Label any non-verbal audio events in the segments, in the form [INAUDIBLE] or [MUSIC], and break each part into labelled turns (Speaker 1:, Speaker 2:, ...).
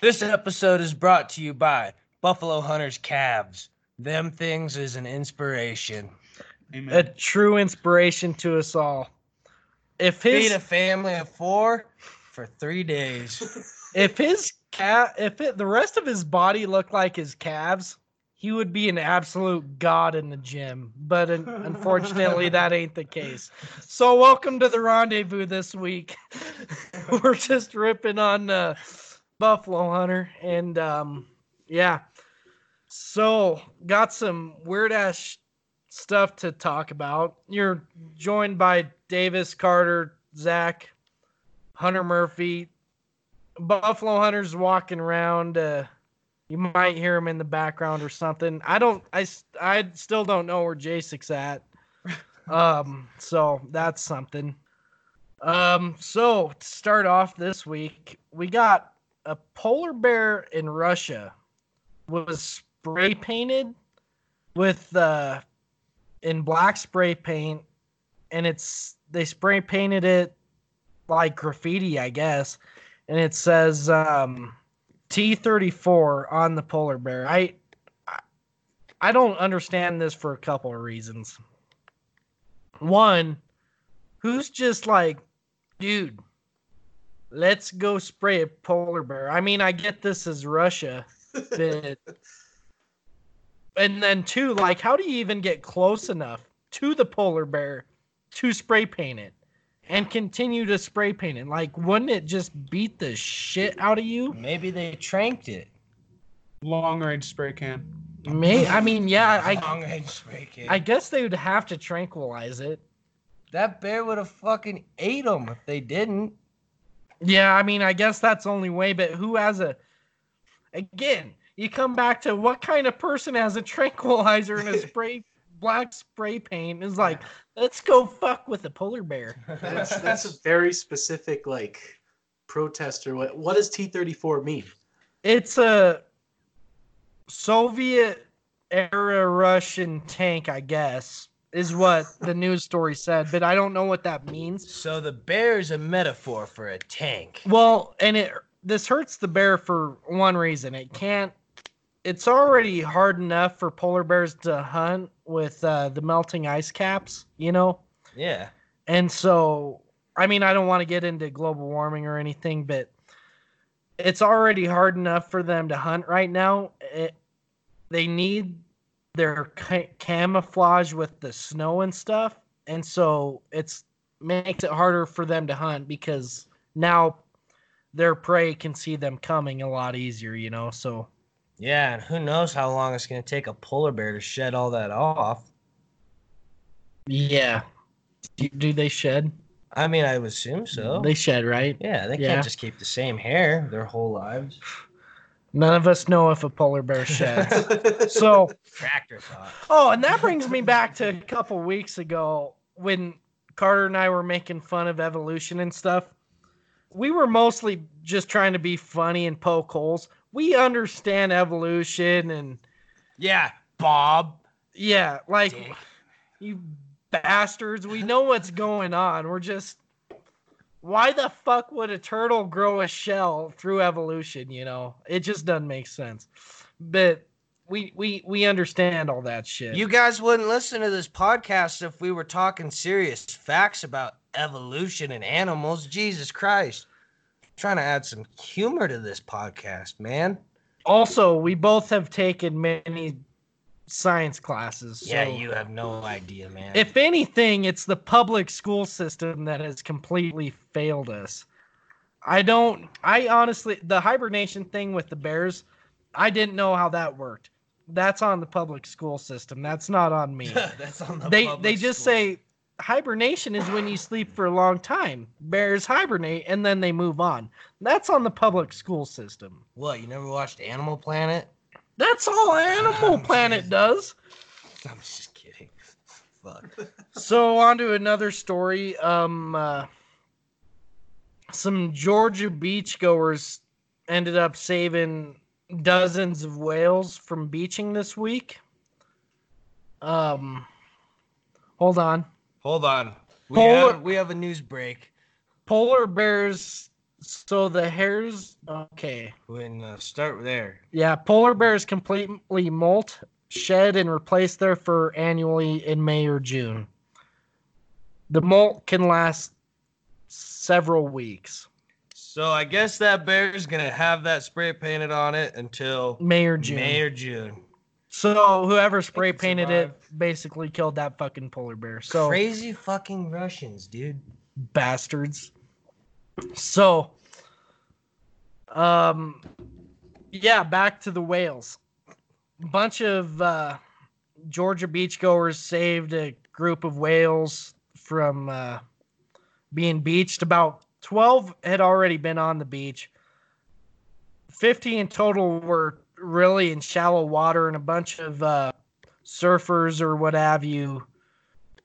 Speaker 1: This episode is brought to you by Buffalo Hunters Calves. Them things is an inspiration.
Speaker 2: Amen.
Speaker 3: a true inspiration to us all. If
Speaker 1: Feed
Speaker 3: his
Speaker 1: a family of four for three days.
Speaker 3: if his cat if it, the rest of his body looked like his calves, he would be an absolute god in the gym. But un- unfortunately, that ain't the case. So welcome to the rendezvous this week. [LAUGHS] We're just ripping on uh, Buffalo Hunter, and um, yeah. So got some weird ass stuff to talk about. You're joined by Davis Carter, Zach, Hunter Murphy. Buffalo Hunter's walking around. Uh, you might hear him in the background or something. I don't. I s- I still don't know where Jasic's at. Um. So that's something. Um. So to start off this week, we got a polar bear in Russia was spray painted with uh in black spray paint and it's they spray painted it like graffiti i guess and it says um t34 on the polar bear i I- i don't understand this for a couple of reasons one who's just like dude let's go spray a polar bear i mean i get this is russia but and then two, like, how do you even get close enough to the polar bear to spray paint it and continue to spray paint it? Like, wouldn't it just beat the shit out of you?
Speaker 1: Maybe they tranked it.
Speaker 2: Long range spray can.
Speaker 3: May I mean, yeah, I
Speaker 1: Long range spray can.
Speaker 3: I guess they would have to tranquilize it.
Speaker 1: that bear would have fucking ate them if they didn't.
Speaker 3: Yeah, I mean, I guess that's the only way. But who has a? Again, you come back to what kind of person has a tranquilizer and a spray black spray paint is like, let's go fuck with the polar bear.
Speaker 4: That's, that's a very specific like protester. What what does T thirty four mean? [LAUGHS]
Speaker 3: It's a Soviet era Russian tank, I guess, is what the news story said, but I don't know what that means.
Speaker 1: So the bear is a metaphor for a tank.
Speaker 3: Well, and it this hurts the bear for one reason. It can't it's already hard enough for polar bears to hunt with uh, the melting ice caps, you know?
Speaker 1: Yeah.
Speaker 3: And so, I mean, I don't want to get into global warming or anything, but it's already hard enough for them to hunt right now. It, they need their ca- camouflage with the snow and stuff, and so it's makes it harder for them to hunt because now their prey can see them coming a lot easier, you know. So
Speaker 1: Yeah, and who knows how long it's going to take a polar bear to shed all that off.
Speaker 3: yeah, do, do they shed?
Speaker 1: I mean, I would assume so.
Speaker 3: They shed, right?
Speaker 1: yeah, they
Speaker 3: Yeah.
Speaker 1: can't just keep the same hair their whole lives.
Speaker 3: None of us know if a polar bear sheds.
Speaker 4: [LAUGHS]
Speaker 3: so
Speaker 1: Tractor thought.
Speaker 3: Oh, and that brings me back to a couple weeks ago when Carter and I were making fun of evolution and stuff. We were mostly just trying to be funny and poke holes. We understand evolution and
Speaker 1: Yeah, Bob.
Speaker 3: yeah, like
Speaker 1: Dick.
Speaker 3: you bastards, we know what's going on. We're just why the fuck would a turtle grow a shell through evolution, you know? It just doesn't make sense. But we we we understand all that
Speaker 1: [LAUGHS]
Speaker 3: shit.
Speaker 1: You guys wouldn't listen to this podcast if we were talking serious facts about evolution and animals. Jesus Christ. trying to add some humor to this podcast, man.
Speaker 3: also we both have taken many science classes so
Speaker 1: yeah, you have no idea, man.
Speaker 3: if anything it's the public school system that has completely failed us i don't i honestly the hibernation thing with the bears i didn't know how that worked that's on the public school system that's not
Speaker 1: [LAUGHS]
Speaker 3: on me
Speaker 1: [LAUGHS] That's on the
Speaker 3: they
Speaker 1: public
Speaker 3: they just
Speaker 1: school.
Speaker 3: say hibernation is when you sleep for a long time bears hibernate and then they move on that's on the public school system
Speaker 1: What, you never watched Animal Planet? [LAUGHS]
Speaker 3: that's all
Speaker 1: Oh,
Speaker 3: animal planet does
Speaker 1: I'm just kidding. Fuck.
Speaker 3: So on to another story. Um, uh, some Georgia beachgoers ended up saving dozens of whales from beaching this week. Um, hold on.
Speaker 1: Hold on. We
Speaker 3: Polar-
Speaker 1: have, we have a news break.
Speaker 3: Polar bears So the hairs. Okay.
Speaker 1: When uh, start there.
Speaker 3: Yeah, polar bears completely molt, shed, and replace their fur annually in May or June. The molt can last several weeks,
Speaker 1: So I guess that bear's gonna have that spray painted on it until
Speaker 3: May or June.
Speaker 1: May or June.
Speaker 3: so whoever spray
Speaker 2: can
Speaker 3: painted it basically killed that fucking polar bear. So
Speaker 1: Crazy fucking Russians, dude.
Speaker 3: bastards. So, um, yeah, back to the whales. Bunch of uh, Georgia beachgoers saved a group of whales from uh, being beached. About 12 had already been on the beach. 50 in total were really in shallow water, and a bunch of uh, surfers or what have you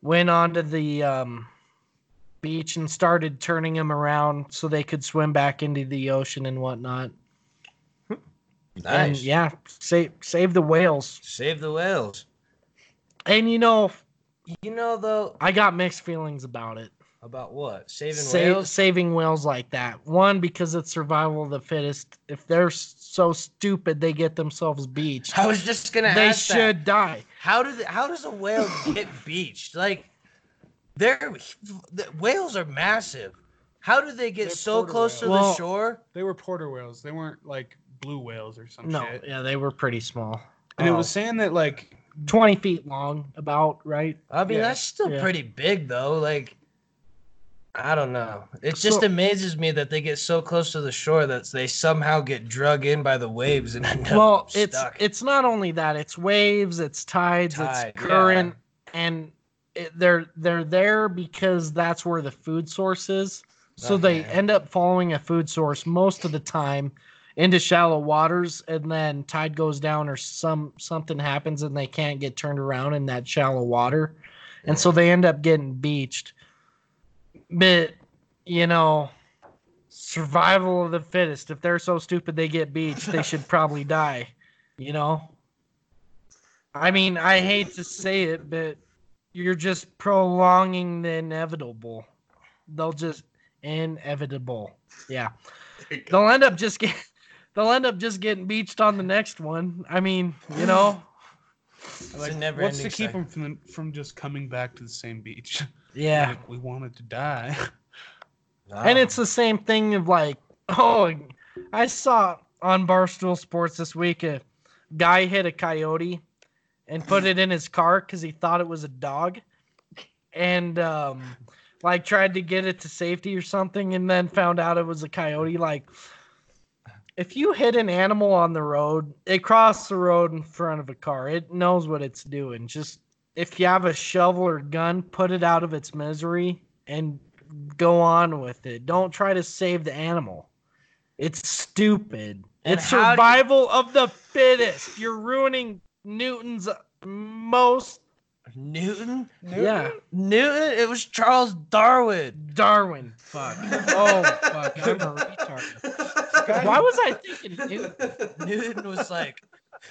Speaker 3: went onto the um, beach and started turning them around so they could swim back into the ocean and whatnot. And
Speaker 1: Nice.
Speaker 3: yeah, save save the whales.
Speaker 1: Save the whales.
Speaker 3: And you know,
Speaker 1: You know though
Speaker 3: I got mixed feelings about it.
Speaker 1: about what saving
Speaker 3: Sa-
Speaker 1: whales.
Speaker 3: saving whales like that. One because it's survival of the fittest. If they're s- so stupid, they get themselves beached.
Speaker 1: I was just gonna
Speaker 3: They
Speaker 1: ask that.
Speaker 3: should die.
Speaker 1: How do the, how does a
Speaker 3: [LAUGHS]
Speaker 1: whale get beached? Like, they're the whales are massive. How do they get
Speaker 2: They're
Speaker 1: so
Speaker 2: quarter
Speaker 1: close to
Speaker 2: whales.
Speaker 1: the
Speaker 3: Well-
Speaker 1: shore?
Speaker 2: They were porter whales. They weren't like blue whales or some
Speaker 3: No,
Speaker 2: shit.
Speaker 3: yeah, they were pretty small. Uh,
Speaker 2: And it
Speaker 1: Oh.
Speaker 2: was saying that like
Speaker 3: Twenty feet long, about right.
Speaker 1: I mean,
Speaker 2: Yeah,
Speaker 1: that's still
Speaker 3: yeah.
Speaker 1: pretty big though. Like, I don't know. It just
Speaker 3: So-
Speaker 1: amazes me that they get so close to the shore that they somehow get drug in by the waves and end up
Speaker 3: well it's
Speaker 1: stuck.
Speaker 3: it's not only that it's waves it's tides
Speaker 1: Tide,
Speaker 3: it's current and it, they're they're there because that's where the food source is so they
Speaker 1: Okay.
Speaker 3: end up following a food source most of the time into shallow waters and then tide goes down or some something happens and they can't get turned around in that shallow water and so they end up getting beached but you know survival of the fittest if they're so stupid they get beached they should probably die you know i mean i hate to say it but you're just prolonging the inevitable they'll just inevitable yeah they'll end up just get [LAUGHS] they'll end up just getting beached on the next one i mean you know
Speaker 2: like,
Speaker 1: a never
Speaker 2: what's to
Speaker 1: ending
Speaker 2: keep
Speaker 1: cycle.
Speaker 2: them from from just coming back to the same beach? [LAUGHS]
Speaker 3: yeah
Speaker 2: Like, we wanted to die. [LAUGHS]
Speaker 3: And
Speaker 1: Oh.
Speaker 3: it's the same thing of like, [LAUGHS] oh, I saw on Barstool Sports this week a guy hit a coyote and put it in his car because he thought it was a dog, and um, like tried to get it to safety or something, and then found out it was a coyote. Like, if you hit an animal on the road, it crosses the road in front of a car. It knows what it's doing. Just if you have a shovel or gun, put it out of its misery and go on with it. Don't try to save the animal. It's stupid.
Speaker 1: And
Speaker 3: it's
Speaker 1: how do you-
Speaker 3: survival of the fittest. You're ruining Newton's most
Speaker 1: Newton.
Speaker 3: yeah
Speaker 1: Newton. It was Charles Darwin.
Speaker 3: Darwin. Fuck. Oh fuck. I'm a retard.
Speaker 4: [LAUGHS]
Speaker 3: Why was I thinking Newton?
Speaker 1: Newton was like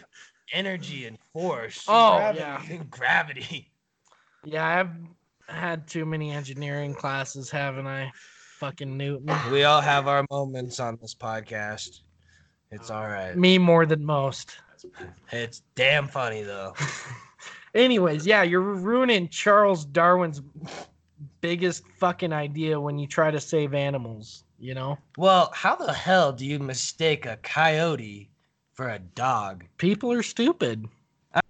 Speaker 3: [LAUGHS]
Speaker 1: energy and force.
Speaker 3: Oh
Speaker 2: Gravity.
Speaker 3: yeah.
Speaker 1: and gravity. [LAUGHS]
Speaker 3: Yeah, I've had too many engineering classes, haven't I? Fucking Newton.
Speaker 1: We all have our moments on this podcast. It's all right.
Speaker 3: Me more than most.
Speaker 1: It's damn funny though.
Speaker 3: Anyways, yeah, you're ruining Charles Darwin's biggest fucking idea when you try to save animals, you know?
Speaker 1: Well, how the hell do you mistake a coyote for a dog?
Speaker 3: People are stupid.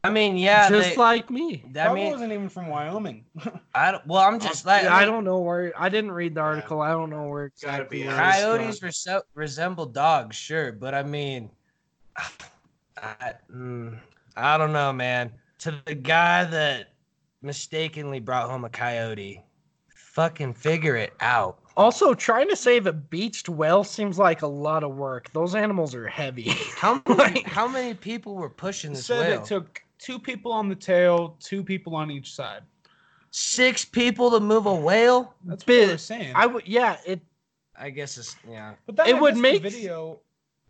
Speaker 1: I mean, yeah,
Speaker 3: just
Speaker 1: they,
Speaker 3: like me.
Speaker 1: I
Speaker 2: That
Speaker 1: mean,
Speaker 2: wasn't even
Speaker 3: [LAUGHS]
Speaker 2: from Wyoming.
Speaker 1: I don't, well, I'm just like
Speaker 3: I don't know where I didn't read the article. I don't know where
Speaker 4: Gotta
Speaker 3: exactly.
Speaker 4: be
Speaker 3: where it's
Speaker 1: coyotes
Speaker 3: from.
Speaker 1: rese- resemble dogs, sure, but I mean, [SIGHS] I, mm, I don't know, man. To the guy that mistakenly brought home a coyote, fucking figure it out.
Speaker 3: Also, trying to save a beached whale seems like a lot of work. Those animals are heavy. [LAUGHS]
Speaker 1: How many,
Speaker 3: Like-
Speaker 1: how many people were pushing this
Speaker 2: said
Speaker 1: whale?
Speaker 2: it took two people on the tail, two people on each side.
Speaker 1: Six people to move a whale?
Speaker 2: That's what
Speaker 3: Bit-
Speaker 2: we're saying.
Speaker 3: I would, yeah, it
Speaker 1: I guess it's yeah.
Speaker 2: but that
Speaker 3: it
Speaker 2: I
Speaker 3: would
Speaker 2: guess the
Speaker 3: make-
Speaker 2: video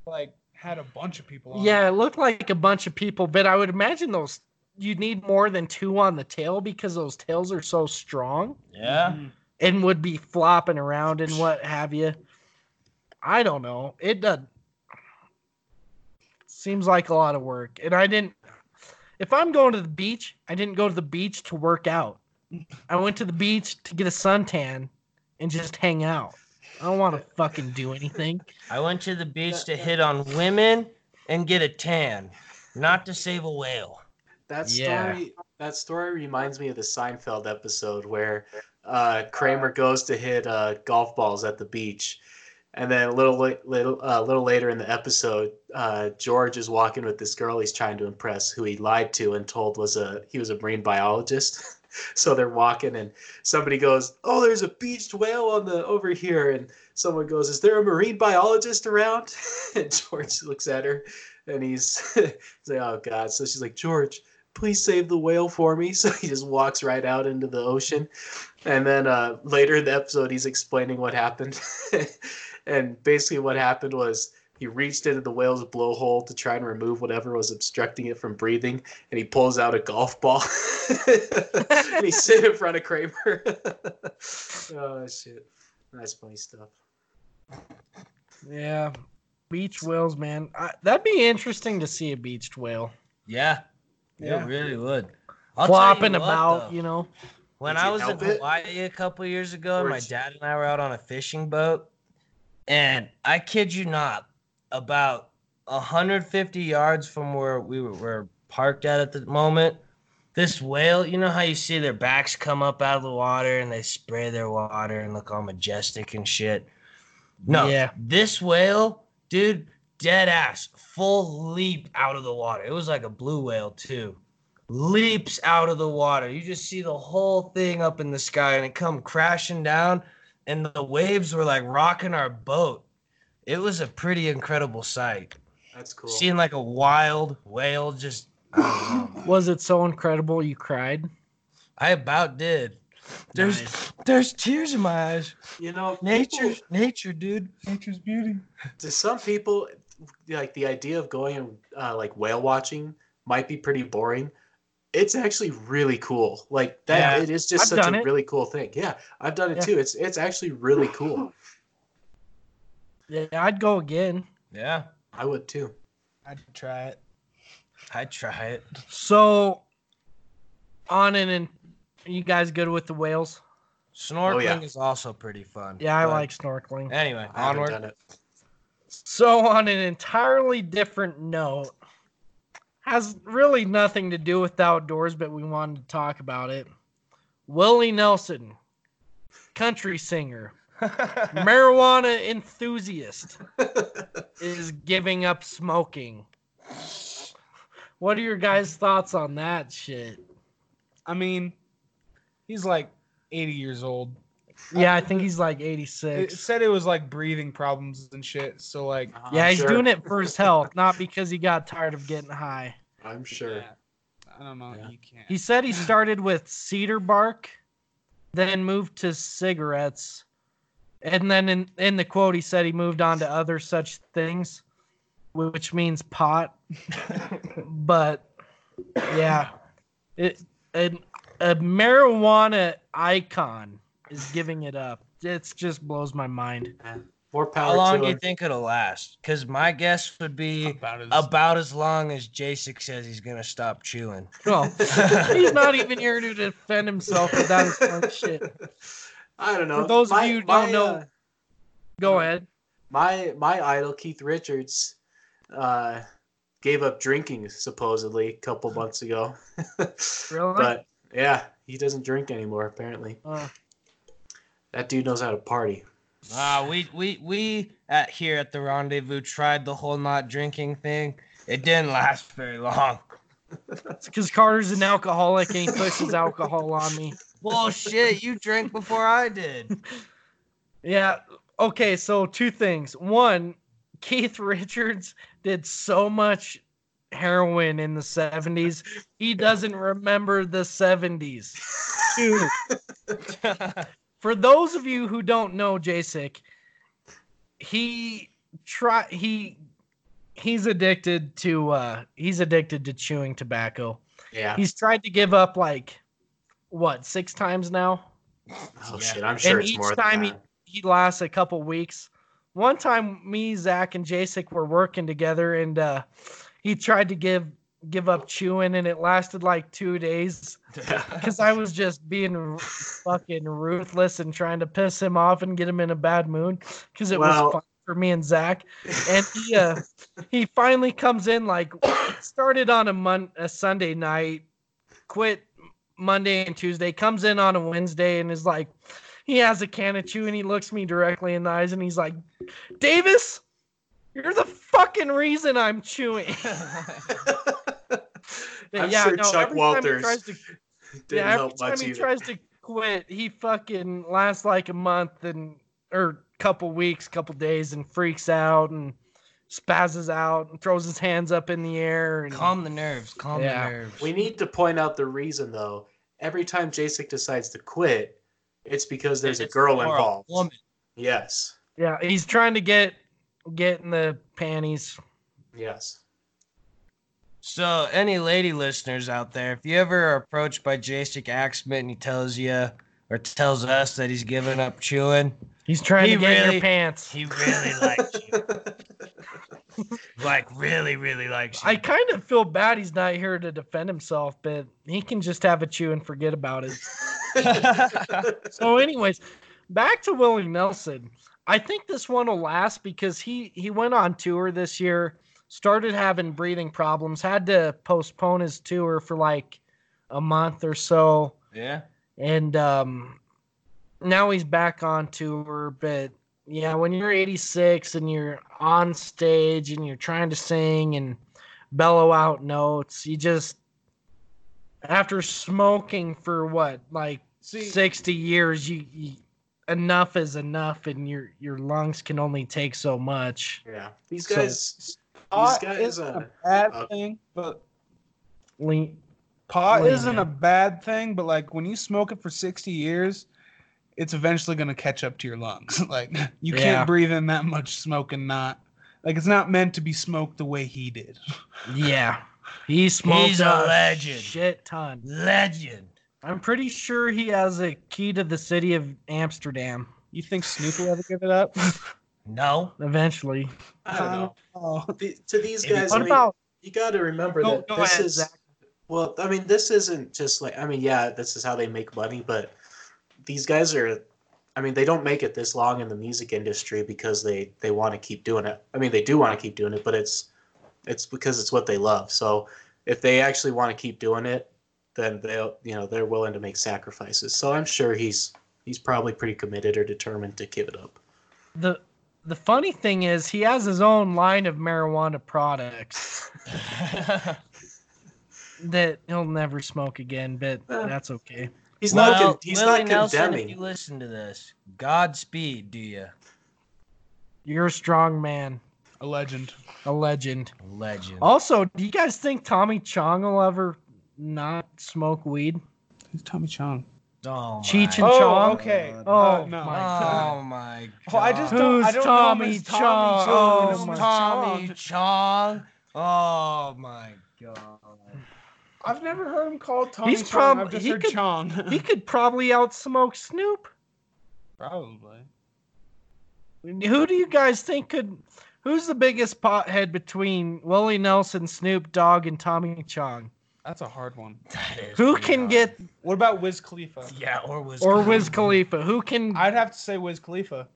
Speaker 2: like had a bunch of people on.
Speaker 3: Yeah, it looked like a bunch of people, but I would imagine those you'd need more than two on the tail because those tails are so strong
Speaker 2: Yeah.
Speaker 3: and would be flopping around and what have you. I don't know. It does. Seems like a lot of work, and I didn't. If I'm going to the beach, I didn't go to the beach to work out. I went to the beach to get a suntan and just hang out. I don't want to fucking do anything.
Speaker 1: I went to the beach to hit on women and get a tan, not to save a whale.
Speaker 4: That story
Speaker 3: Yeah.
Speaker 4: that story reminds me of the Seinfeld episode where uh, Kramer goes to hit uh, golf balls at the beach, and then a little la- little a little later in the episode, uh, George is walking with this girl he's trying to impress, who he lied to and told was a he was a marine biologist. [LAUGHS] so they're walking, and somebody goes, "Oh, there's a beached whale on the over here," and someone goes, "Is there a marine biologist around?" [LAUGHS] and George looks at her, and he's, [LAUGHS] he's like, "Oh God!" So she's like, "George." please save the whale for me. [LAUGHS] So he just walks right out into the ocean. And then uh, later in the episode, he's explaining what happened. [LAUGHS] and basically, what happened was he reached into the whale's blowhole to try and remove whatever was obstructing it from breathing. And he pulls out a golf ball. [LAUGHS] and he sit in front of Kramer. [LAUGHS] oh, shit. That's funny stuff.
Speaker 3: Yeah, beach whales, man. I, that'd be interesting to see a beached whale
Speaker 1: Yeah,
Speaker 2: Yeah.
Speaker 1: it really would. I'll tell you
Speaker 3: flopping
Speaker 1: what,
Speaker 3: about.
Speaker 1: though.
Speaker 3: You know,
Speaker 1: When
Speaker 4: Does
Speaker 1: I
Speaker 4: it
Speaker 1: was in
Speaker 4: help it?
Speaker 1: Hawaii a couple years ago,
Speaker 4: Or
Speaker 1: and my
Speaker 4: it's-
Speaker 1: dad and I were out on a fishing boat, and I kid you not, about 150 yards from where we were, were parked at at the moment, this whale, you know how you see their backs come up out of the water and they spray their water and look all majestic and shit? No,
Speaker 3: Yeah.
Speaker 1: this whale, dude, dead ass, full leap out of the water. It was like a blue whale, too leaps out of the water. You just see the whole thing up in the sky and it come crashing down and the waves were like rocking our boat. It was a pretty incredible sight.
Speaker 4: That's cool.
Speaker 1: Seeing like a wild whale [LAUGHS] just I, don't know.
Speaker 3: was it so incredible you cried?
Speaker 1: I about did. There's
Speaker 4: Nice.
Speaker 1: there's tears in my eyes.
Speaker 4: you know,
Speaker 1: Nature
Speaker 4: people-
Speaker 1: nature, dude.
Speaker 3: [LAUGHS]
Speaker 2: Nature's beauty.
Speaker 4: to some people like the idea of going and uh, like whale watching might be pretty boring it's actually really cool like that
Speaker 1: Yeah.
Speaker 4: it is just
Speaker 3: I've
Speaker 4: such
Speaker 3: done
Speaker 4: a
Speaker 3: it.
Speaker 4: really cool thing yeah i've done it
Speaker 3: Yeah.
Speaker 4: too it's it's actually really cool
Speaker 3: Yeah, I'd go again.
Speaker 1: Yeah.
Speaker 4: i would too
Speaker 2: I'd try it.
Speaker 1: I'd try it.
Speaker 3: So, on and in, are you guys good with the whales?
Speaker 1: Snorkeling
Speaker 4: yeah.
Speaker 1: is also pretty fun.
Speaker 3: Yeah, I
Speaker 1: but-
Speaker 3: like snorkeling.
Speaker 1: Anyway,
Speaker 4: I haven't
Speaker 1: onward.
Speaker 4: done it.
Speaker 3: So, on an entirely different note, has really nothing to do with the outdoors, but we wanted to talk about it. Willie Nelson, country singer, marijuana
Speaker 4: [LAUGHS]
Speaker 3: enthusiast, is giving up smoking. What are your guys' thoughts on that shit?
Speaker 2: I mean, he's like 80 years old.
Speaker 3: Yeah, I think he's like
Speaker 2: It
Speaker 3: 86.
Speaker 2: said it was like breathing problems and shit. So like,
Speaker 4: Uh,
Speaker 3: Yeah,
Speaker 4: I'm
Speaker 3: he's
Speaker 4: sure.
Speaker 3: doing it for his health, not because he got tired of getting high.
Speaker 4: i'm sure
Speaker 2: yeah. I don't know.
Speaker 4: Yeah.
Speaker 2: You can't. [LAUGHS]
Speaker 3: He said he started with cedar bark, then moved to cigarettes. And then in, in the quote, he said he moved on to other such things, which means pot. but yeah, it, an, a marijuana icon is giving it up. It just blows my mind.
Speaker 4: more
Speaker 1: How
Speaker 4: power
Speaker 1: long
Speaker 4: to
Speaker 1: do you
Speaker 4: him.
Speaker 1: think it'll last? Because my guess would be
Speaker 2: about his, [LAUGHS]
Speaker 1: about as long as Jasek says he's gonna stop chewing.
Speaker 3: Well,
Speaker 4: [LAUGHS]
Speaker 3: he's not even here to defend himself with that kind of shit.
Speaker 4: i don't know
Speaker 3: For those of
Speaker 4: My-
Speaker 3: you who
Speaker 4: my,
Speaker 3: don't know-
Speaker 4: uh,
Speaker 3: Go ahead.
Speaker 4: my my idol Keith Richards uh, gave up drinking supposedly a couple months ago. [LAUGHS]
Speaker 3: Really?
Speaker 4: But yeah, he doesn't drink anymore. Apparently,
Speaker 3: Uh,
Speaker 4: that dude knows how to party.
Speaker 1: Ah, we we we at here at the rendezvous tried the whole not drinking thing. It didn't last very long.
Speaker 3: it's because Carter's an alcoholic and he pushes alcohol on me.
Speaker 1: Bullshit, you drank before I did.
Speaker 3: Yeah. Okay. So, two things. One, Keith Richards did so much heroin in the 70s, he doesn't remember the 70s. Two, for those of you who don't know Jasek, he try he he's addicted to uh he's addicted to chewing tobacco.
Speaker 4: Yeah.
Speaker 3: He's tried to give up like what six times now.
Speaker 4: Oh
Speaker 1: Yeah.
Speaker 4: shit! I'm sure
Speaker 3: And
Speaker 4: it's
Speaker 3: each
Speaker 4: more
Speaker 3: time
Speaker 4: than that. [LAUGHS]
Speaker 3: He lasts a couple weeks, one time me, Zach, and Jacek were working together, and uh, he tried to give give up chewing, and it lasted like two days because I was just being r- fucking ruthless and trying to piss him off and get him in a bad mood because it
Speaker 4: Well-
Speaker 3: was fun for me and Zach. And he uh,
Speaker 4: [LAUGHS]
Speaker 3: he finally comes in like started on a mon a Sunday night, quit Monday and Tuesday, comes in on a Wednesday and is like, he has a can of chew and he looks me directly in the eyes and he's like, Davis, you're the fucking reason I'm chewing.
Speaker 4: I'm sure Chuck
Speaker 3: every time he
Speaker 4: Walters
Speaker 3: tries to
Speaker 4: Didn't
Speaker 3: yeah, every
Speaker 4: help
Speaker 3: time
Speaker 4: much
Speaker 3: he
Speaker 4: either.
Speaker 3: tries to quit, he fucking lasts like a month and or couple weeks, couple days, and freaks out and spazzes out and throws his hands up in the air
Speaker 1: [LAUGHS]
Speaker 3: and
Speaker 1: Calm the nerves. Calm
Speaker 3: Yeah.
Speaker 1: the nerves.
Speaker 4: We need to point out the reason though. Every time Jacek decides to quit, it's because there's a
Speaker 1: It's
Speaker 4: girl
Speaker 1: for
Speaker 4: involved.
Speaker 1: woman.
Speaker 4: Yes.
Speaker 3: yeah, he's trying to get get in the panties.
Speaker 4: Yes.
Speaker 1: So, any lady listeners out there, if you ever are approached by Jacek Axman and he tells you or tells us that he's giving up chewing,
Speaker 3: He's trying
Speaker 1: He
Speaker 3: to get in
Speaker 1: really-
Speaker 3: your pants.
Speaker 1: he
Speaker 4: [LAUGHS]
Speaker 1: really likes you. Like, really, really likes you.
Speaker 3: I kind of feel bad he's not here to defend himself, but he can just have a chew and forget about it.
Speaker 1: [LAUGHS]
Speaker 3: so anyways back to willie nelson i think this one will last because he he went on tour this year started having breathing problems had to postpone his tour for like a month or so
Speaker 1: yeah.
Speaker 3: and um now he's back on tour but yeah when you're 86 and you're on stage and you're trying to sing and bellow out notes you just after smoking for what like
Speaker 2: See,
Speaker 3: 60 years you, you enough is enough and your your lungs can only take so much
Speaker 4: yeah. These
Speaker 3: So-
Speaker 4: guys
Speaker 2: pot
Speaker 4: these guys,
Speaker 2: isn't
Speaker 4: uh,
Speaker 2: a bad
Speaker 4: uh,
Speaker 2: thing, but
Speaker 3: Lean-
Speaker 2: pot
Speaker 3: Lean
Speaker 2: isn't
Speaker 3: in.
Speaker 2: a bad thing. But like when you smoke it for sixty years, it's eventually gonna catch up to your lungs. [LAUGHS] like you
Speaker 3: Yeah.
Speaker 2: can't breathe in that much smoke and not like it's not meant to be smoked the way he did. [LAUGHS]
Speaker 3: yeah he smoked
Speaker 1: He's a legend.
Speaker 3: shit ton
Speaker 1: Legend.
Speaker 3: i'm pretty sure he has a key to the city of amsterdam
Speaker 2: You think Snoop will ever give it up?
Speaker 3: [LAUGHS]
Speaker 1: No.
Speaker 3: eventually
Speaker 4: I don't know.
Speaker 2: [LAUGHS] Oh,
Speaker 4: The- to these
Speaker 1: If you-
Speaker 4: guys, I
Speaker 3: what
Speaker 4: mean,
Speaker 3: about
Speaker 4: you got to remember
Speaker 3: Go-
Speaker 4: that
Speaker 3: go
Speaker 4: this
Speaker 3: ahead,
Speaker 4: is
Speaker 3: Zach.
Speaker 4: well i mean this isn't just like i mean yeah this is how they make money but these guys are i mean they don't make it this long in the music industry because they they want to keep doing it i mean they do want to keep doing it but it's it's because it's what they love so if they actually want to keep doing it then they'll you know they're willing to make sacrifices so i'm sure he's he's probably pretty committed or determined to give it up
Speaker 3: the the funny thing is he has his own line of marijuana products that he'll never smoke again but
Speaker 4: Eh.
Speaker 3: that's okay
Speaker 4: he's not
Speaker 1: Well,
Speaker 4: con- he's
Speaker 1: Willie
Speaker 4: not
Speaker 1: Nelson,
Speaker 4: condemning
Speaker 1: If you listen to this, Godspeed, do you?
Speaker 3: you're a strong man
Speaker 2: a legend.
Speaker 3: a legend
Speaker 1: Legend.
Speaker 3: Also, do you guys think Tommy Chong will ever not smoke weed?
Speaker 2: Who's Tommy Chong?
Speaker 1: Oh, my.
Speaker 3: Cheech and
Speaker 1: God.
Speaker 3: Chong?
Speaker 2: okay.
Speaker 1: Oh,
Speaker 2: Oh,
Speaker 3: Oh,
Speaker 2: no.
Speaker 3: my God.
Speaker 1: Oh my god.
Speaker 2: Oh, I just
Speaker 3: Who-
Speaker 2: don't. I
Speaker 3: Who's
Speaker 2: don't know
Speaker 3: Tommy
Speaker 2: Miss
Speaker 3: Chong?
Speaker 2: Chong.
Speaker 3: Oh,
Speaker 2: Miss
Speaker 3: my-
Speaker 1: Tommy
Speaker 2: Chong.
Speaker 1: Chong. Oh my god.
Speaker 2: I've never heard him called Tommy
Speaker 3: He's
Speaker 2: Chong.
Speaker 3: prob-
Speaker 2: I've just
Speaker 3: he
Speaker 2: heard
Speaker 3: could-
Speaker 2: Chong.
Speaker 3: [LAUGHS]
Speaker 2: [LAUGHS]
Speaker 3: He could probably outsmoke Snoop.
Speaker 2: Probably.
Speaker 3: Who do you guys think could? Who's the biggest pothead between Willie Nelson, Snoop Dogg, and Tommy Chong?
Speaker 2: That's a hard one.
Speaker 1: That is
Speaker 3: Who
Speaker 1: pretty
Speaker 3: can
Speaker 1: hard.
Speaker 3: get
Speaker 2: What about Wiz Khalifa?
Speaker 1: Yeah, or Wiz
Speaker 3: or
Speaker 1: Khalifa.
Speaker 3: Wiz Khalifa? Who can?
Speaker 2: I'd have to say Wiz Khalifa.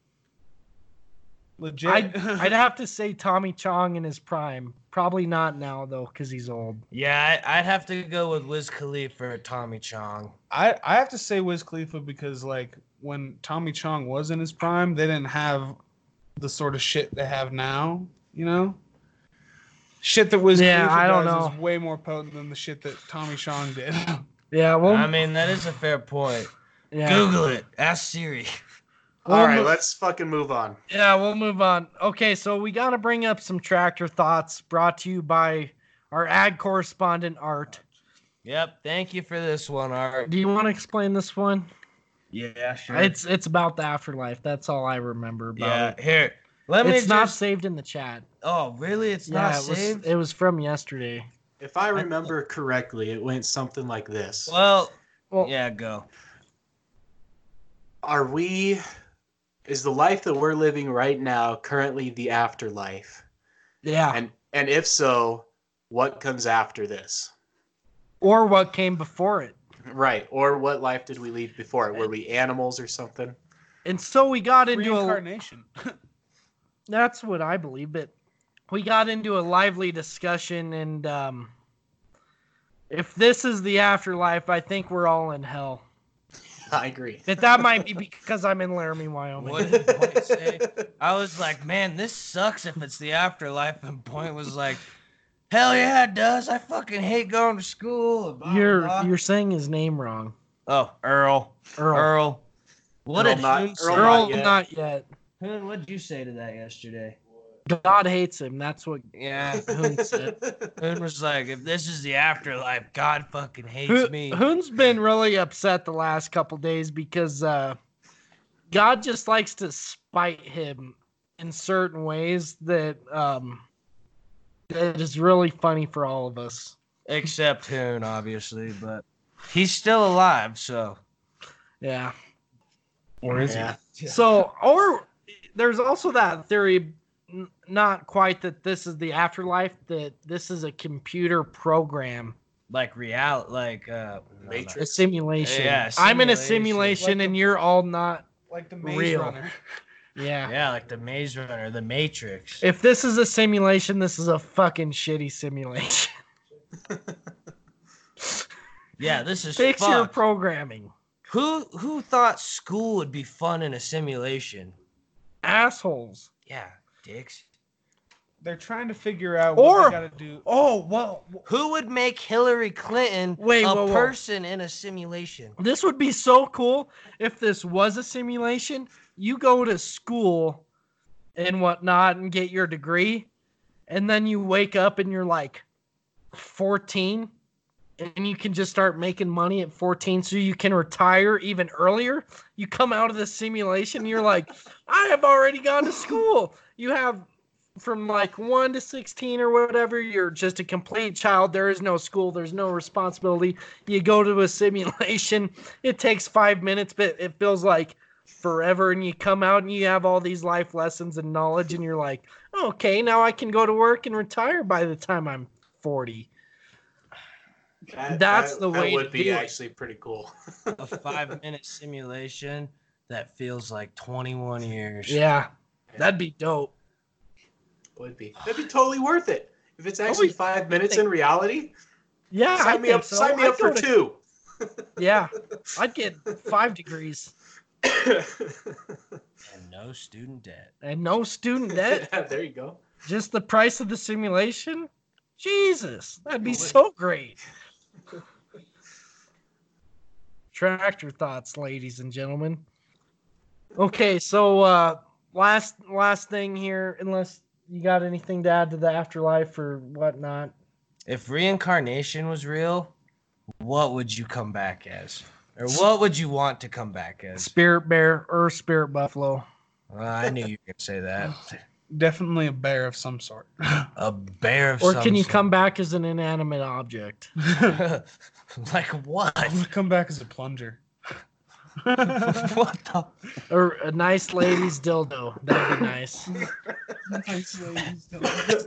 Speaker 2: Legit. [LAUGHS]
Speaker 3: I'd, I'd have to say Tommy Chong in his prime. Probably not now though, because he's old.
Speaker 1: Yeah, I, I'd have to go with Wiz Khalifa or Tommy Chong.
Speaker 2: I, I have to say Wiz Khalifa because like when Tommy Chong was in his prime, they didn't have the sort of shit they have now. You know, shit that Wiz
Speaker 3: Yeah,
Speaker 2: Khalifa
Speaker 3: I don't
Speaker 2: does is
Speaker 3: know.
Speaker 2: way more potent than the shit that Tommy Chong did.
Speaker 3: Yeah, well,
Speaker 1: I mean, that is a fair point.
Speaker 3: yeah.
Speaker 1: Google it. Ask Siri. [LAUGHS]
Speaker 3: We'll
Speaker 4: all right
Speaker 3: mo-
Speaker 4: let's fucking move on
Speaker 3: Yeah, we'll move on. Okay, so we got to bring up some tractor thoughts brought to you by our ag correspondent, Art.
Speaker 1: Yep. Thank you for this one, Art.
Speaker 3: Do you want to explain this one?
Speaker 1: Yeah, sure.
Speaker 3: It's it's about the afterlife. That's all I remember about
Speaker 1: yeah.
Speaker 3: it.
Speaker 1: Here, let me
Speaker 3: it's not
Speaker 1: just.
Speaker 3: saved in the chat.
Speaker 1: Oh, really? It's
Speaker 3: yeah,
Speaker 1: not
Speaker 3: it was
Speaker 1: saved.
Speaker 3: it was from yesterday.
Speaker 4: If I remember correctly, it went something like this.
Speaker 3: Oh.
Speaker 1: Well,
Speaker 3: Well,
Speaker 1: yeah, go.
Speaker 4: Are we Is the life that we're living right now currently the afterlife?
Speaker 3: Yeah.
Speaker 4: And and if so, what comes after this?
Speaker 3: Or what came before it.
Speaker 4: Right. Or what life did we lead before it? Were we animals or something? [LAUGHS]
Speaker 3: And so we got
Speaker 2: [LAUGHS]
Speaker 3: into a
Speaker 2: Reincarnation.
Speaker 3: that's what I believe, but we got into a lively discussion and um if this is the afterlife, I think we're all in hell. [LAUGHS]
Speaker 4: I agree.
Speaker 3: But that might be because I'm in Laramie, Wyoming.
Speaker 1: What did Point say? I was like, man, this sucks if it's the afterlife. And Point was like, hell yeah, it does. I fucking hate going to school. and blah,
Speaker 3: You're
Speaker 1: blah.
Speaker 3: you're saying his name wrong.
Speaker 1: oh, Earl.
Speaker 3: Earl. Earl,
Speaker 1: Earl. What
Speaker 4: Earl
Speaker 1: did
Speaker 4: not-
Speaker 1: Hoon say?
Speaker 4: Earl
Speaker 3: not,
Speaker 4: not
Speaker 3: yet.
Speaker 4: yet.
Speaker 1: Hoon, what did you say to that yesterday?
Speaker 3: God hates him. That's what
Speaker 1: Yeah.
Speaker 3: Hoon said.
Speaker 1: Hoon was like, if this is the afterlife, God fucking hates
Speaker 3: Ho-
Speaker 1: me.
Speaker 3: Hoon's been really upset the last couple days because uh, God just likes to spite him in certain ways that um, that is really funny for all of us.
Speaker 1: Except Hoon, obviously, but he's still alive, so.
Speaker 3: Yeah.
Speaker 2: or is
Speaker 4: Yeah.
Speaker 3: So, or there's also that theory, n- not quite that this is the afterlife, that this is a computer program,
Speaker 1: Like real, like uh, I don't know.
Speaker 4: Matrix.
Speaker 3: a simulation.
Speaker 1: Yeah,
Speaker 3: I'm in a
Speaker 1: simulation.
Speaker 3: simulation, and you're all not.
Speaker 2: he? Like the Maze
Speaker 3: Real.
Speaker 2: Runner.
Speaker 3: Yeah.
Speaker 1: Yeah, like the Maze Runner, the Matrix.
Speaker 3: If this is a simulation, this is a fucking shitty simulation.
Speaker 1: Yeah, this is
Speaker 3: Fix
Speaker 1: fucked.
Speaker 3: your programming,
Speaker 1: who who thought school would be fun in a simulation?
Speaker 3: assholes.
Speaker 1: Yeah, dicks.
Speaker 2: They're trying to figure out
Speaker 3: Or-
Speaker 2: what they gotta do.
Speaker 1: Oh well, who would make Hillary Clinton
Speaker 3: Wait,
Speaker 1: a
Speaker 3: whoa, whoa.
Speaker 1: person in a simulation?
Speaker 3: This would be so cool if this was a simulation. You go to school and whatnot and get your degree, and then you wake up and you're like 14, and you can just start making money at 14, so you can retire even earlier. You come out of the simulation, and you're like, [LAUGHS] I have already gone to school. You have from like 1 to 16 or whatever, you're just a complete child. There is no school, there's no responsibility you go to a simulation [LAUGHS] it takes five minutes but it feels like forever and you come out and you have all these life lessons and knowledge and you're like okay now i can go to work and retire by the time i'm 40
Speaker 4: That-
Speaker 3: That's
Speaker 4: that-
Speaker 3: the way
Speaker 4: That
Speaker 3: to
Speaker 4: would be
Speaker 3: do it.
Speaker 4: actually pretty cool.
Speaker 1: A five minute simulation that feels like twenty one years.
Speaker 3: yeah that'd be dope
Speaker 4: Would be. That'd be totally worth it. If it's actually
Speaker 3: yeah.
Speaker 4: five minutes in reality,
Speaker 3: yeah
Speaker 4: sign me up. Sign me up for two.
Speaker 3: yeah i'd get five degrees
Speaker 1: And no student debt.
Speaker 3: and no
Speaker 4: [LAUGHS]
Speaker 3: student debt
Speaker 4: there you go.
Speaker 3: just the price of the simulation jesus that'd be so great tractor thoughts ladies and gentlemen okay so uh last last thing here unless you got anything to add to the afterlife or whatnot
Speaker 1: If reincarnation was real, what would you come back as? Or what would you want to come back as?
Speaker 3: spirit bear or spirit buffalo
Speaker 1: Well, I knew you were gonna say that.
Speaker 2: Definitely a bear of some sort. [LAUGHS]
Speaker 1: A bear of
Speaker 3: or
Speaker 1: some
Speaker 3: can you
Speaker 1: sort.
Speaker 3: come back as an inanimate object
Speaker 1: [LAUGHS] like what? [LAUGHS]
Speaker 2: I'm gonna come back as a plunger.
Speaker 1: what the?
Speaker 3: or a nice lady's dildo that'd be nice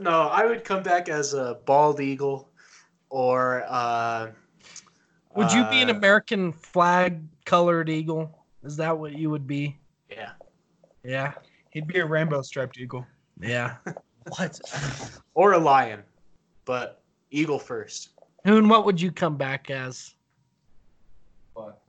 Speaker 4: [LAUGHS] no, I would come back as a bald eagle, or uh,
Speaker 3: Would you be an
Speaker 4: uh,
Speaker 3: American flag colored eagle? Is that what you would be?
Speaker 4: Yeah.
Speaker 3: Yeah.
Speaker 2: He'd be a rainbow striped eagle.
Speaker 3: Yeah.
Speaker 1: What?
Speaker 4: Or a lion, but eagle first.
Speaker 3: Hoon, what would you come back as?
Speaker 2: But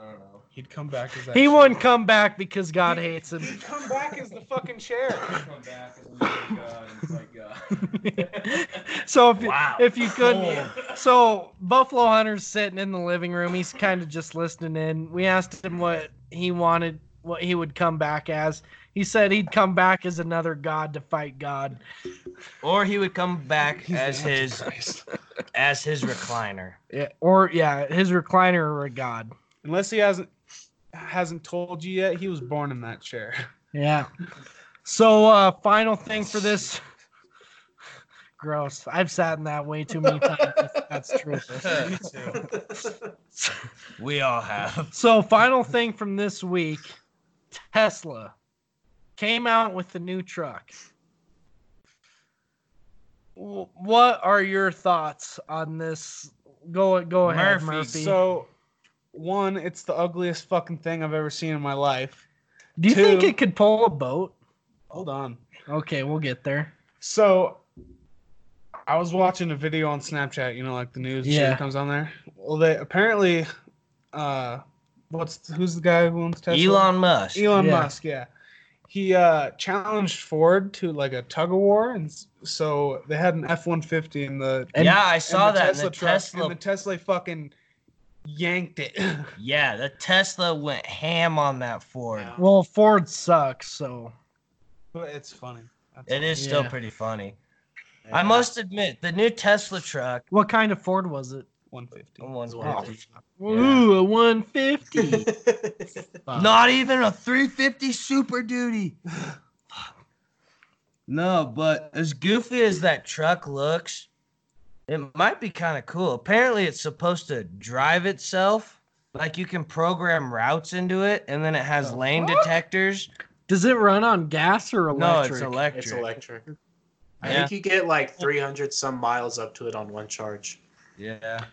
Speaker 2: I don't know. He'd come back as that.
Speaker 3: He
Speaker 2: chair.
Speaker 3: wouldn't come back because God hates him.
Speaker 2: He'd come back as the
Speaker 3: [LAUGHS]
Speaker 2: fucking chair. come back as a god. Like uh,
Speaker 3: [LAUGHS] so if,
Speaker 1: Wow.
Speaker 3: if you couldn't so buffalo hunter's sitting in the living room he's kind of just listening in we asked him what he wanted what he would come back as he said he'd come back as another god to fight god
Speaker 1: Or he would come back as his as his recliner.
Speaker 3: yeah, or yeah his recliner or a god
Speaker 2: Unless he hasn't hasn't told you yet, he was born in that chair.
Speaker 3: Yeah. So uh final thing for this [LAUGHS] gross. I've sat in that way too many times. if That's true.
Speaker 2: [LAUGHS]
Speaker 1: we all have.
Speaker 3: So final thing from this week, Tesla. came out with the new truck. W- What are your thoughts on this? Go go ahead,
Speaker 1: Murphy,
Speaker 3: Murphy.
Speaker 2: So, one, it's the ugliest fucking thing I've ever seen in my life.
Speaker 3: Do you think
Speaker 2: two-
Speaker 3: it could pull a boat?
Speaker 2: Hold on.
Speaker 3: Okay, we'll get there.
Speaker 2: So, I was watching a video on Snapchat. You know, like the news and shit
Speaker 3: Yeah.
Speaker 2: that comes on there. Well, they apparently, uh, what's who's the guy who owns Tesla?
Speaker 1: Elon Musk.
Speaker 2: Elon
Speaker 3: Yeah.
Speaker 2: Musk, yeah. He uh, challenged Ford to like a tug of war, and s- so they had an F one fifty in the
Speaker 3: And-
Speaker 1: yeah, I saw
Speaker 2: and the
Speaker 1: that.
Speaker 2: Tesla
Speaker 1: and the
Speaker 2: truck,
Speaker 1: Tesla.
Speaker 2: and the Tesla fucking yanked it. [LAUGHS]
Speaker 1: yeah, the Tesla went ham on that Ford.
Speaker 4: Yeah.
Speaker 3: Well, Ford sucks, so
Speaker 2: but it's funny. That's
Speaker 1: It is still
Speaker 3: Yeah.
Speaker 1: pretty funny.
Speaker 2: funny.
Speaker 1: I must admit, the new Tesla truck.
Speaker 3: what kind of Ford was it?
Speaker 2: one fifty.
Speaker 1: One
Speaker 4: Wow.
Speaker 1: fifty.
Speaker 3: Ooh, a 150.
Speaker 1: [LAUGHS]
Speaker 3: Fuck.
Speaker 1: Not even a 350 Super Duty. [LAUGHS] no, but as goofy as that truck looks, it might be kind of cool. Apparently, it's supposed to drive itself. Like you can program routes into it, and then it has
Speaker 2: The
Speaker 1: lane
Speaker 2: fuck?
Speaker 1: detectors.
Speaker 3: Does it run on gas or
Speaker 1: No,
Speaker 3: electric?
Speaker 1: it's electric.
Speaker 4: [LAUGHS] it's electric. I
Speaker 1: Yeah.
Speaker 4: think you get like 300 some miles up to it on one charge.
Speaker 1: Yeah.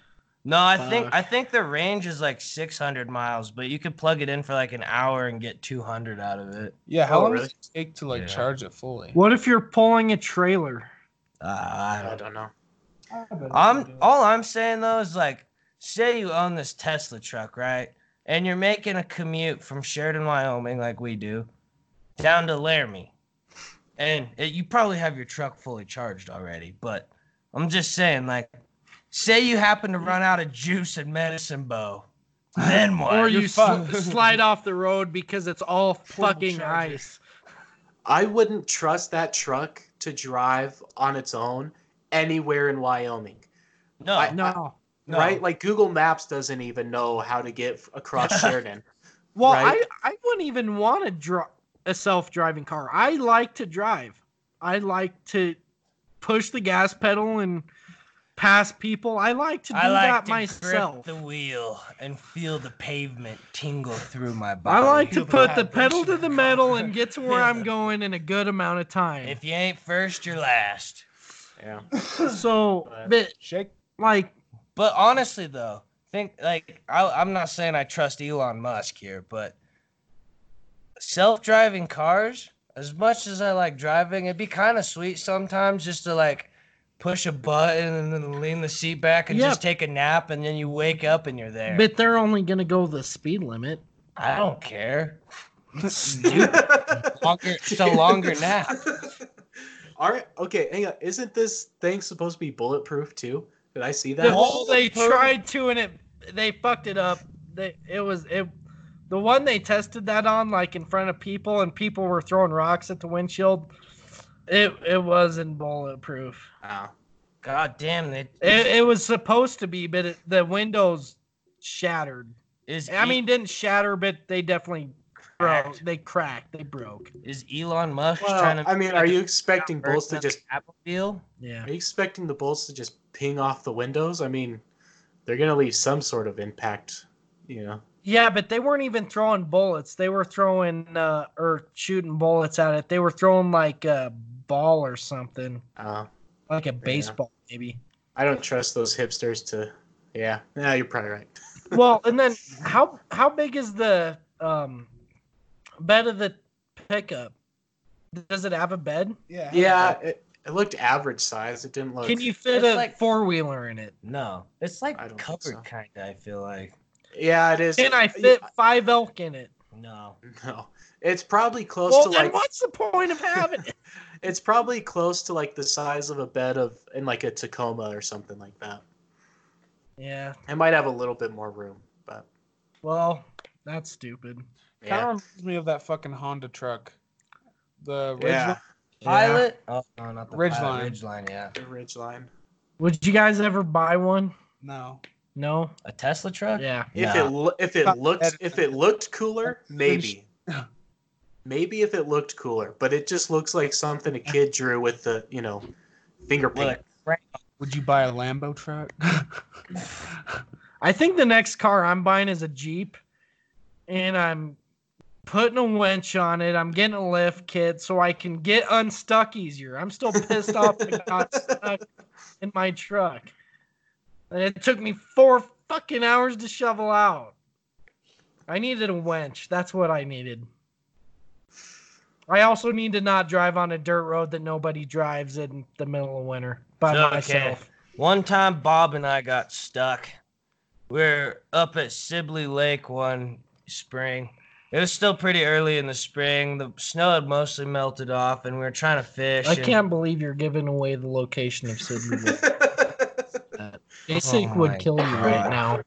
Speaker 1: No, I think
Speaker 3: Fuck.
Speaker 1: I think the range is like 600 miles, but you could plug it in for like an hour and get 200 out of it.
Speaker 2: Yeah, how
Speaker 4: Oh,
Speaker 2: long
Speaker 4: really?
Speaker 2: does it take to like
Speaker 1: Yeah.
Speaker 2: charge it fully?
Speaker 3: What if you're pulling a trailer?
Speaker 1: Uh, I
Speaker 4: I
Speaker 1: don't
Speaker 4: don't know.
Speaker 1: I'm all I'm saying though is like, say you own this Tesla truck, right? And you're making a commute from Sheridan, Wyoming, like we do, down to Laramie, and it, you probably have your truck fully charged already. But I'm just saying, like, say you happen to run out of juice and medicine bow, then what?
Speaker 3: or
Speaker 2: you're
Speaker 3: you
Speaker 2: fucked.
Speaker 3: sl- [LAUGHS] slide off the road because it's all fucking
Speaker 2: charger.
Speaker 3: ice.
Speaker 4: I wouldn't trust that truck to drive on its own anywhere in Wyoming.
Speaker 1: no,
Speaker 4: I-
Speaker 3: No.
Speaker 1: no.
Speaker 4: Right? Like Google Maps doesn't even know how to get f-
Speaker 1: [LAUGHS]
Speaker 4: across Sheridan.
Speaker 3: Well,
Speaker 4: Right?
Speaker 3: I, I wouldn't even want to draw a self-driving car. I like to drive. I like to push the gas pedal and pass people. I like to do
Speaker 1: I like
Speaker 3: that
Speaker 1: to
Speaker 3: myself.
Speaker 1: grip the wheel and feel the pavement tingle through my
Speaker 3: I
Speaker 1: body.
Speaker 3: like to
Speaker 2: Feel the
Speaker 3: put the pedal
Speaker 2: vibration
Speaker 3: to
Speaker 2: of
Speaker 3: the
Speaker 2: the
Speaker 3: metal
Speaker 2: car.
Speaker 3: and get to where I'm going in a good amount of time.
Speaker 1: If you ain't first, you're last.
Speaker 4: Yeah.
Speaker 3: So,
Speaker 4: But-
Speaker 3: but
Speaker 2: Shake.
Speaker 3: like,
Speaker 1: But honestly, though, think like I, I'm not saying I trust Elon Musk here, but self-driving cars. As much as I like driving, it'd be kind of sweet sometimes just to like push a button and then lean the seat back and
Speaker 3: Yeah.
Speaker 1: just take a nap, and then you wake up and you're there.
Speaker 3: but they're only gonna go the speed limit.
Speaker 1: I don't
Speaker 3: [LAUGHS]
Speaker 1: care.
Speaker 4: Dude. [LAUGHS]
Speaker 1: Longer, [LAUGHS] it's a longer nap.
Speaker 4: All right. Okay. Hang on. Isn't this thing supposed to be bulletproof too? Did I see that?
Speaker 1: whole-
Speaker 3: No, they
Speaker 1: Bulletproof.
Speaker 3: tried to and it they fucked it up. They, it was it the one they tested that on like in front of people and people were throwing rocks at the windshield. It it wasn't bulletproof.
Speaker 4: Wow.
Speaker 1: God damn
Speaker 4: [LAUGHS]
Speaker 1: it!
Speaker 3: It, it was supposed to be, but it, the windows shattered.
Speaker 1: Is
Speaker 3: I
Speaker 1: E-
Speaker 3: mean, didn't shatter, but they definitely broke.
Speaker 1: Cracked.
Speaker 3: They cracked. They broke.
Speaker 1: is Elon Musk trying
Speaker 4: Well,
Speaker 1: to?
Speaker 4: I mean, are you expecting bolts to just
Speaker 1: Batmobile?
Speaker 3: Yeah.
Speaker 4: Are you expecting the bolts to just ping off the windows? I mean, they're gonna leave some sort of impact, you know.
Speaker 3: Yeah, but they weren't even throwing bullets. They were throwing uh, or shooting bullets at it. They were throwing like a ball or something,
Speaker 4: Uh,
Speaker 3: like a baseball maybe.
Speaker 4: I don't trust those hipsters to. Yeah, yeah, you're probably right.
Speaker 3: well, and then how how big is the um bed of the pickup? Does it have a bed?
Speaker 2: Yeah.
Speaker 4: Yeah, it, it looked average size. It didn't look.
Speaker 3: Can you fit
Speaker 1: It's
Speaker 3: a
Speaker 1: like-
Speaker 3: four wheeler in it?
Speaker 1: No, it's like
Speaker 4: I don't think
Speaker 1: covered
Speaker 4: so.
Speaker 1: kind of. I feel like
Speaker 4: Yeah, it is.
Speaker 3: Can I fit five elk in it?
Speaker 1: no.
Speaker 4: [LAUGHS] No, it's probably close
Speaker 3: Well,
Speaker 4: to
Speaker 3: then
Speaker 4: like.
Speaker 3: what's the point of having it?
Speaker 4: It's probably close to like the size of a bed of in like a Tacoma or something like that.
Speaker 3: Yeah.
Speaker 4: It might have a little bit more room, but
Speaker 3: Well, that's stupid.
Speaker 2: Kind
Speaker 4: yeah,
Speaker 2: of reminds me of that fucking Honda truck. The Ridgeline.
Speaker 4: yeah,
Speaker 1: Pilot? Oh no, not the
Speaker 2: Ridgeline.
Speaker 1: Pilot. Ridgeline, yeah.
Speaker 4: the ridge line.
Speaker 3: Would you guys ever buy one?
Speaker 2: No.
Speaker 3: No.
Speaker 1: A Tesla truck?
Speaker 3: Yeah.
Speaker 4: If
Speaker 1: No.
Speaker 4: it lo- if it
Speaker 2: Top
Speaker 4: looked
Speaker 2: editor.
Speaker 4: if it looked cooler, maybe.
Speaker 2: Yeah.
Speaker 4: [LAUGHS] Maybe if it looked cooler, but it just looks like something a kid drew with the you know finger
Speaker 1: With
Speaker 4: paint.
Speaker 1: a crank.
Speaker 2: Would you buy a Lambo truck? [LAUGHS]
Speaker 3: I think the next car I'm buying is a Jeep, and I'm putting a winch on it. I'm getting a lift kit so I can get unstuck easier. I'm still pissed off I got stuck in my truck. And it took me four fucking hours to shovel out. I needed a winch. That's what I needed. I also need to not drive on a dirt road that nobody drives in the middle of winter by
Speaker 1: Okay.
Speaker 3: myself.
Speaker 1: One time, Bob and I got stuck. We are up at Sibley Lake one spring. It was still pretty early in the spring. The snow had mostly melted off, and we were trying to fish.
Speaker 3: I
Speaker 1: and-
Speaker 3: can't believe you're giving away the location of Sydney.
Speaker 1: [LAUGHS]
Speaker 3: Jacek
Speaker 1: Oh my
Speaker 3: would kill you right
Speaker 1: God.
Speaker 3: now.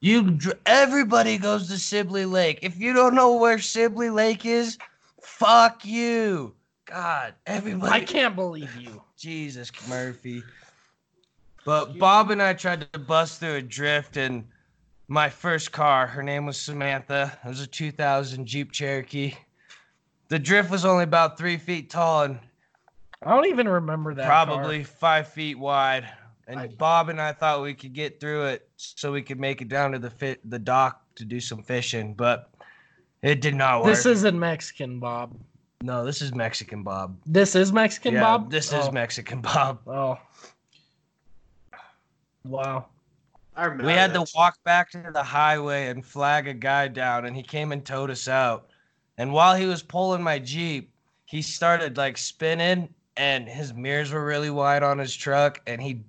Speaker 1: You, dr- everybody goes to Sibley Lake. If you don't know where Sibley Lake is, fuck you. God, everybody.
Speaker 3: I can't believe you.
Speaker 1: Jesus Murphy. But Bob and I tried to bust through a drift, and my first car, her name was Samantha. It was a 2000 Jeep Cherokee. The drift was only about three feet tall and
Speaker 3: I don't even remember that. car.
Speaker 1: probably five feet wide. And
Speaker 4: I-
Speaker 1: Bob and I thought we could get through it so we could make it down to the fit the dock to do some fishing, but it did not work.
Speaker 3: This isn't Mexican Bob.
Speaker 1: no, this is Mexican Bob.
Speaker 3: This is Mexican
Speaker 1: Yeah,
Speaker 3: Bob.
Speaker 1: This
Speaker 3: oh.
Speaker 1: is Mexican [LAUGHS] Bob.
Speaker 3: Oh. Wow.
Speaker 4: [LAUGHS] I remember
Speaker 1: We had to
Speaker 4: that.
Speaker 1: walk back to the highway and flag a guy down, and he came and towed us out. And while he was pulling my Jeep, he started like spinning, and his mirrors were really wide on his truck, and he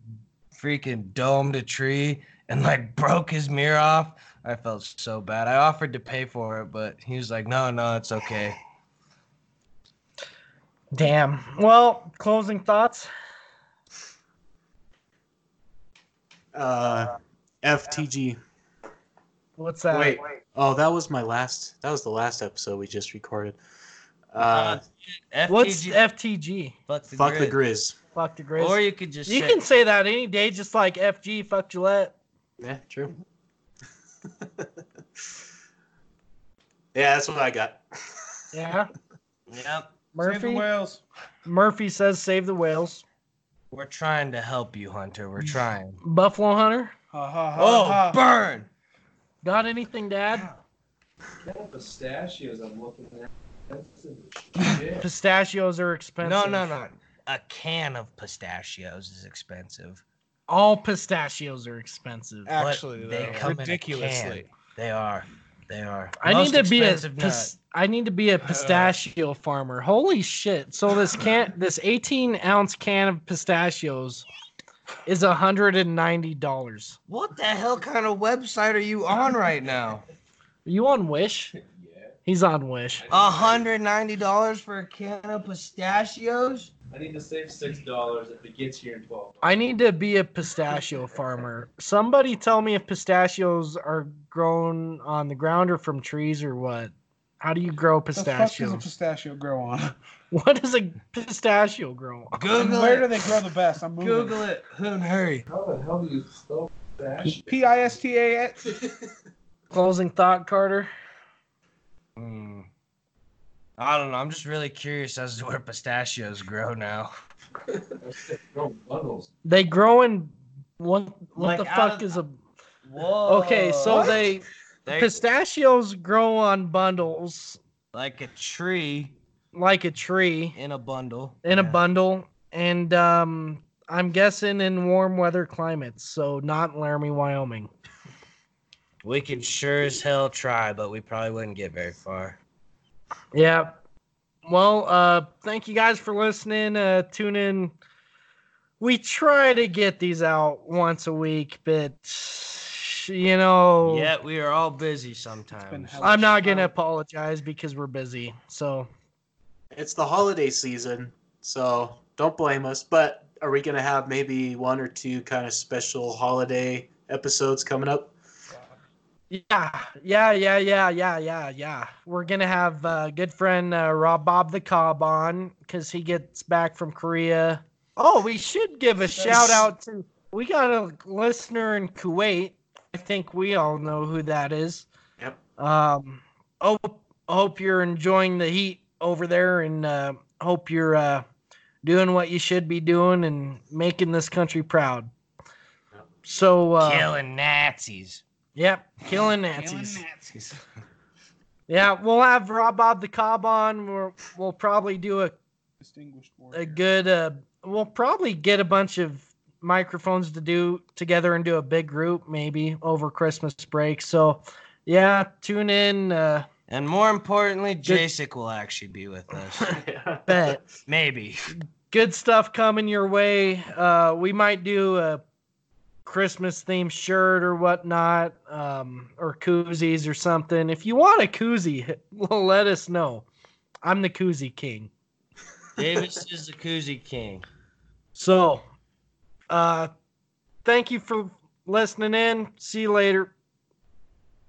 Speaker 1: freaking domed a tree and like [LAUGHS] broke his mirror off. I felt so bad. I offered to pay for it, but he was like, no, no, it's okay.
Speaker 3: Damn. Well, closing thoughts.
Speaker 4: uh, FTG.
Speaker 3: What's that?
Speaker 4: Wait. Oh, that was my last. That was the last episode we just recorded. Uh,
Speaker 1: FTG,
Speaker 3: What's FTG?
Speaker 1: fuck Ah, the
Speaker 4: fuck the
Speaker 1: grid.
Speaker 4: Grizz.
Speaker 3: Fuck the Grizz.
Speaker 1: Or you could just
Speaker 3: you
Speaker 1: say,
Speaker 3: can say that any day, just like FG, fuck Gillette.
Speaker 4: Yeah, true. [LAUGHS] yeah, that's what I got.
Speaker 3: Yeah.
Speaker 1: yep,
Speaker 2: Save the
Speaker 3: Murphy.
Speaker 2: whales.
Speaker 3: Murphy says save the whales.
Speaker 1: we're trying to help you, Hunter. We're trying.
Speaker 3: Buffalo Hunter.
Speaker 2: Ha ha ha.
Speaker 1: Oh,
Speaker 2: ha.
Speaker 1: burn!
Speaker 3: Got anything to add?
Speaker 5: pistachios I'm looking at. That's
Speaker 3: Pistachios are expensive.
Speaker 1: No, no, no. A can of pistachios is expensive.
Speaker 3: All pistachios are expensive.
Speaker 1: Uh,
Speaker 2: Actually,
Speaker 1: But they
Speaker 2: though,
Speaker 1: come in a
Speaker 2: ridiculously.
Speaker 1: They are. They are.
Speaker 3: I
Speaker 1: Most
Speaker 3: need to be a
Speaker 1: expensive Uh, nut.
Speaker 3: pis- I need to be a pistachio farmer. Holy shit! So
Speaker 1: [LAUGHS]
Speaker 3: this can this eighteen ounce can of pistachios is hundred and ninety dollars.
Speaker 1: What the hell kind of website are you on right now?
Speaker 3: Are you on Wish?
Speaker 5: yeah.
Speaker 3: He's on Wish.
Speaker 1: $190 for a can of pistachios?
Speaker 5: I need to save six dollars if it gets here in twelve.
Speaker 3: I need to be a pistachio farmer. Somebody tell me if pistachios are grown on the ground or from trees or what. How do you grow
Speaker 2: The fuck does a
Speaker 3: pistachios? [LAUGHS]
Speaker 2: pistachio grow on?
Speaker 3: What does a pistachio grow on?
Speaker 2: And
Speaker 1: Google
Speaker 2: where do
Speaker 1: it.
Speaker 2: they grow the best? I'm moving.
Speaker 1: Google it. Hoon, hurry.
Speaker 5: How the hell do you spell that?
Speaker 2: P I S T A S.
Speaker 3: Closing thought, Carter.
Speaker 1: Hmm. I don't know. I'm just really curious as to where pistachios grow now.
Speaker 5: No bundles.
Speaker 3: They grow in what?
Speaker 1: Like,
Speaker 3: What the
Speaker 1: out
Speaker 3: fuck
Speaker 1: of-
Speaker 3: is a
Speaker 1: Whoa.
Speaker 3: Okay, so they
Speaker 1: They-
Speaker 3: pistachios grow on bundles
Speaker 1: like a tree
Speaker 3: like a tree
Speaker 1: in a bundle.
Speaker 3: in a
Speaker 1: Yeah.
Speaker 3: bundle, and um, I'm guessing in warm weather climates, so not Laramie, Wyoming.
Speaker 1: We can sure as hell try, but we probably wouldn't get very far.
Speaker 3: Yeah. Well, uh, thank you guys for listening. Uh, tune in. We try to get these out once a week, but you know,
Speaker 1: Yet we are all busy
Speaker 2: been
Speaker 1: sometimes.
Speaker 2: hell-
Speaker 3: I'm not gonna
Speaker 1: Uh,
Speaker 3: apologize because we're busy. So
Speaker 4: It's the holiday season, so don't blame us. But are we gonna have maybe one or two kind of special holiday episodes coming up?
Speaker 3: Yeah, yeah, yeah, yeah, yeah, yeah, yeah. We're gonna have uh, good friend uh, Rob Bob the Cobb on because he gets back from Korea. Oh, we should give a shout out to. We got a listener in Kuwait. I think we all know who that is.
Speaker 4: Yep.
Speaker 3: Um. Oh, hope you're enjoying the heat over there, and uh, hope you're uh, doing what you should be doing and making this country proud.
Speaker 4: Yep.
Speaker 3: So, uh,
Speaker 1: Killing Nazis.
Speaker 3: yep, killing Nazis.
Speaker 1: Nazis.
Speaker 3: Yeah, we'll have Rob Bob the Cobb on. We're, we'll probably do a
Speaker 2: Distinguished warrior.
Speaker 3: a good uh we'll probably get a bunch of microphones to do together and do a big group maybe over christmas break so yeah tune in uh
Speaker 1: And more importantly, Jacek will actually be with us.
Speaker 4: [LAUGHS] Yeah.
Speaker 3: bet
Speaker 1: Maybe.
Speaker 3: good stuff coming your way uh we might do a christmas themed shirt or whatnot um or koozies or something if you want a koozie [LAUGHS] let us know i'm the koozie king
Speaker 1: Davis is the koozie king.
Speaker 3: so uh thank you for listening in see you later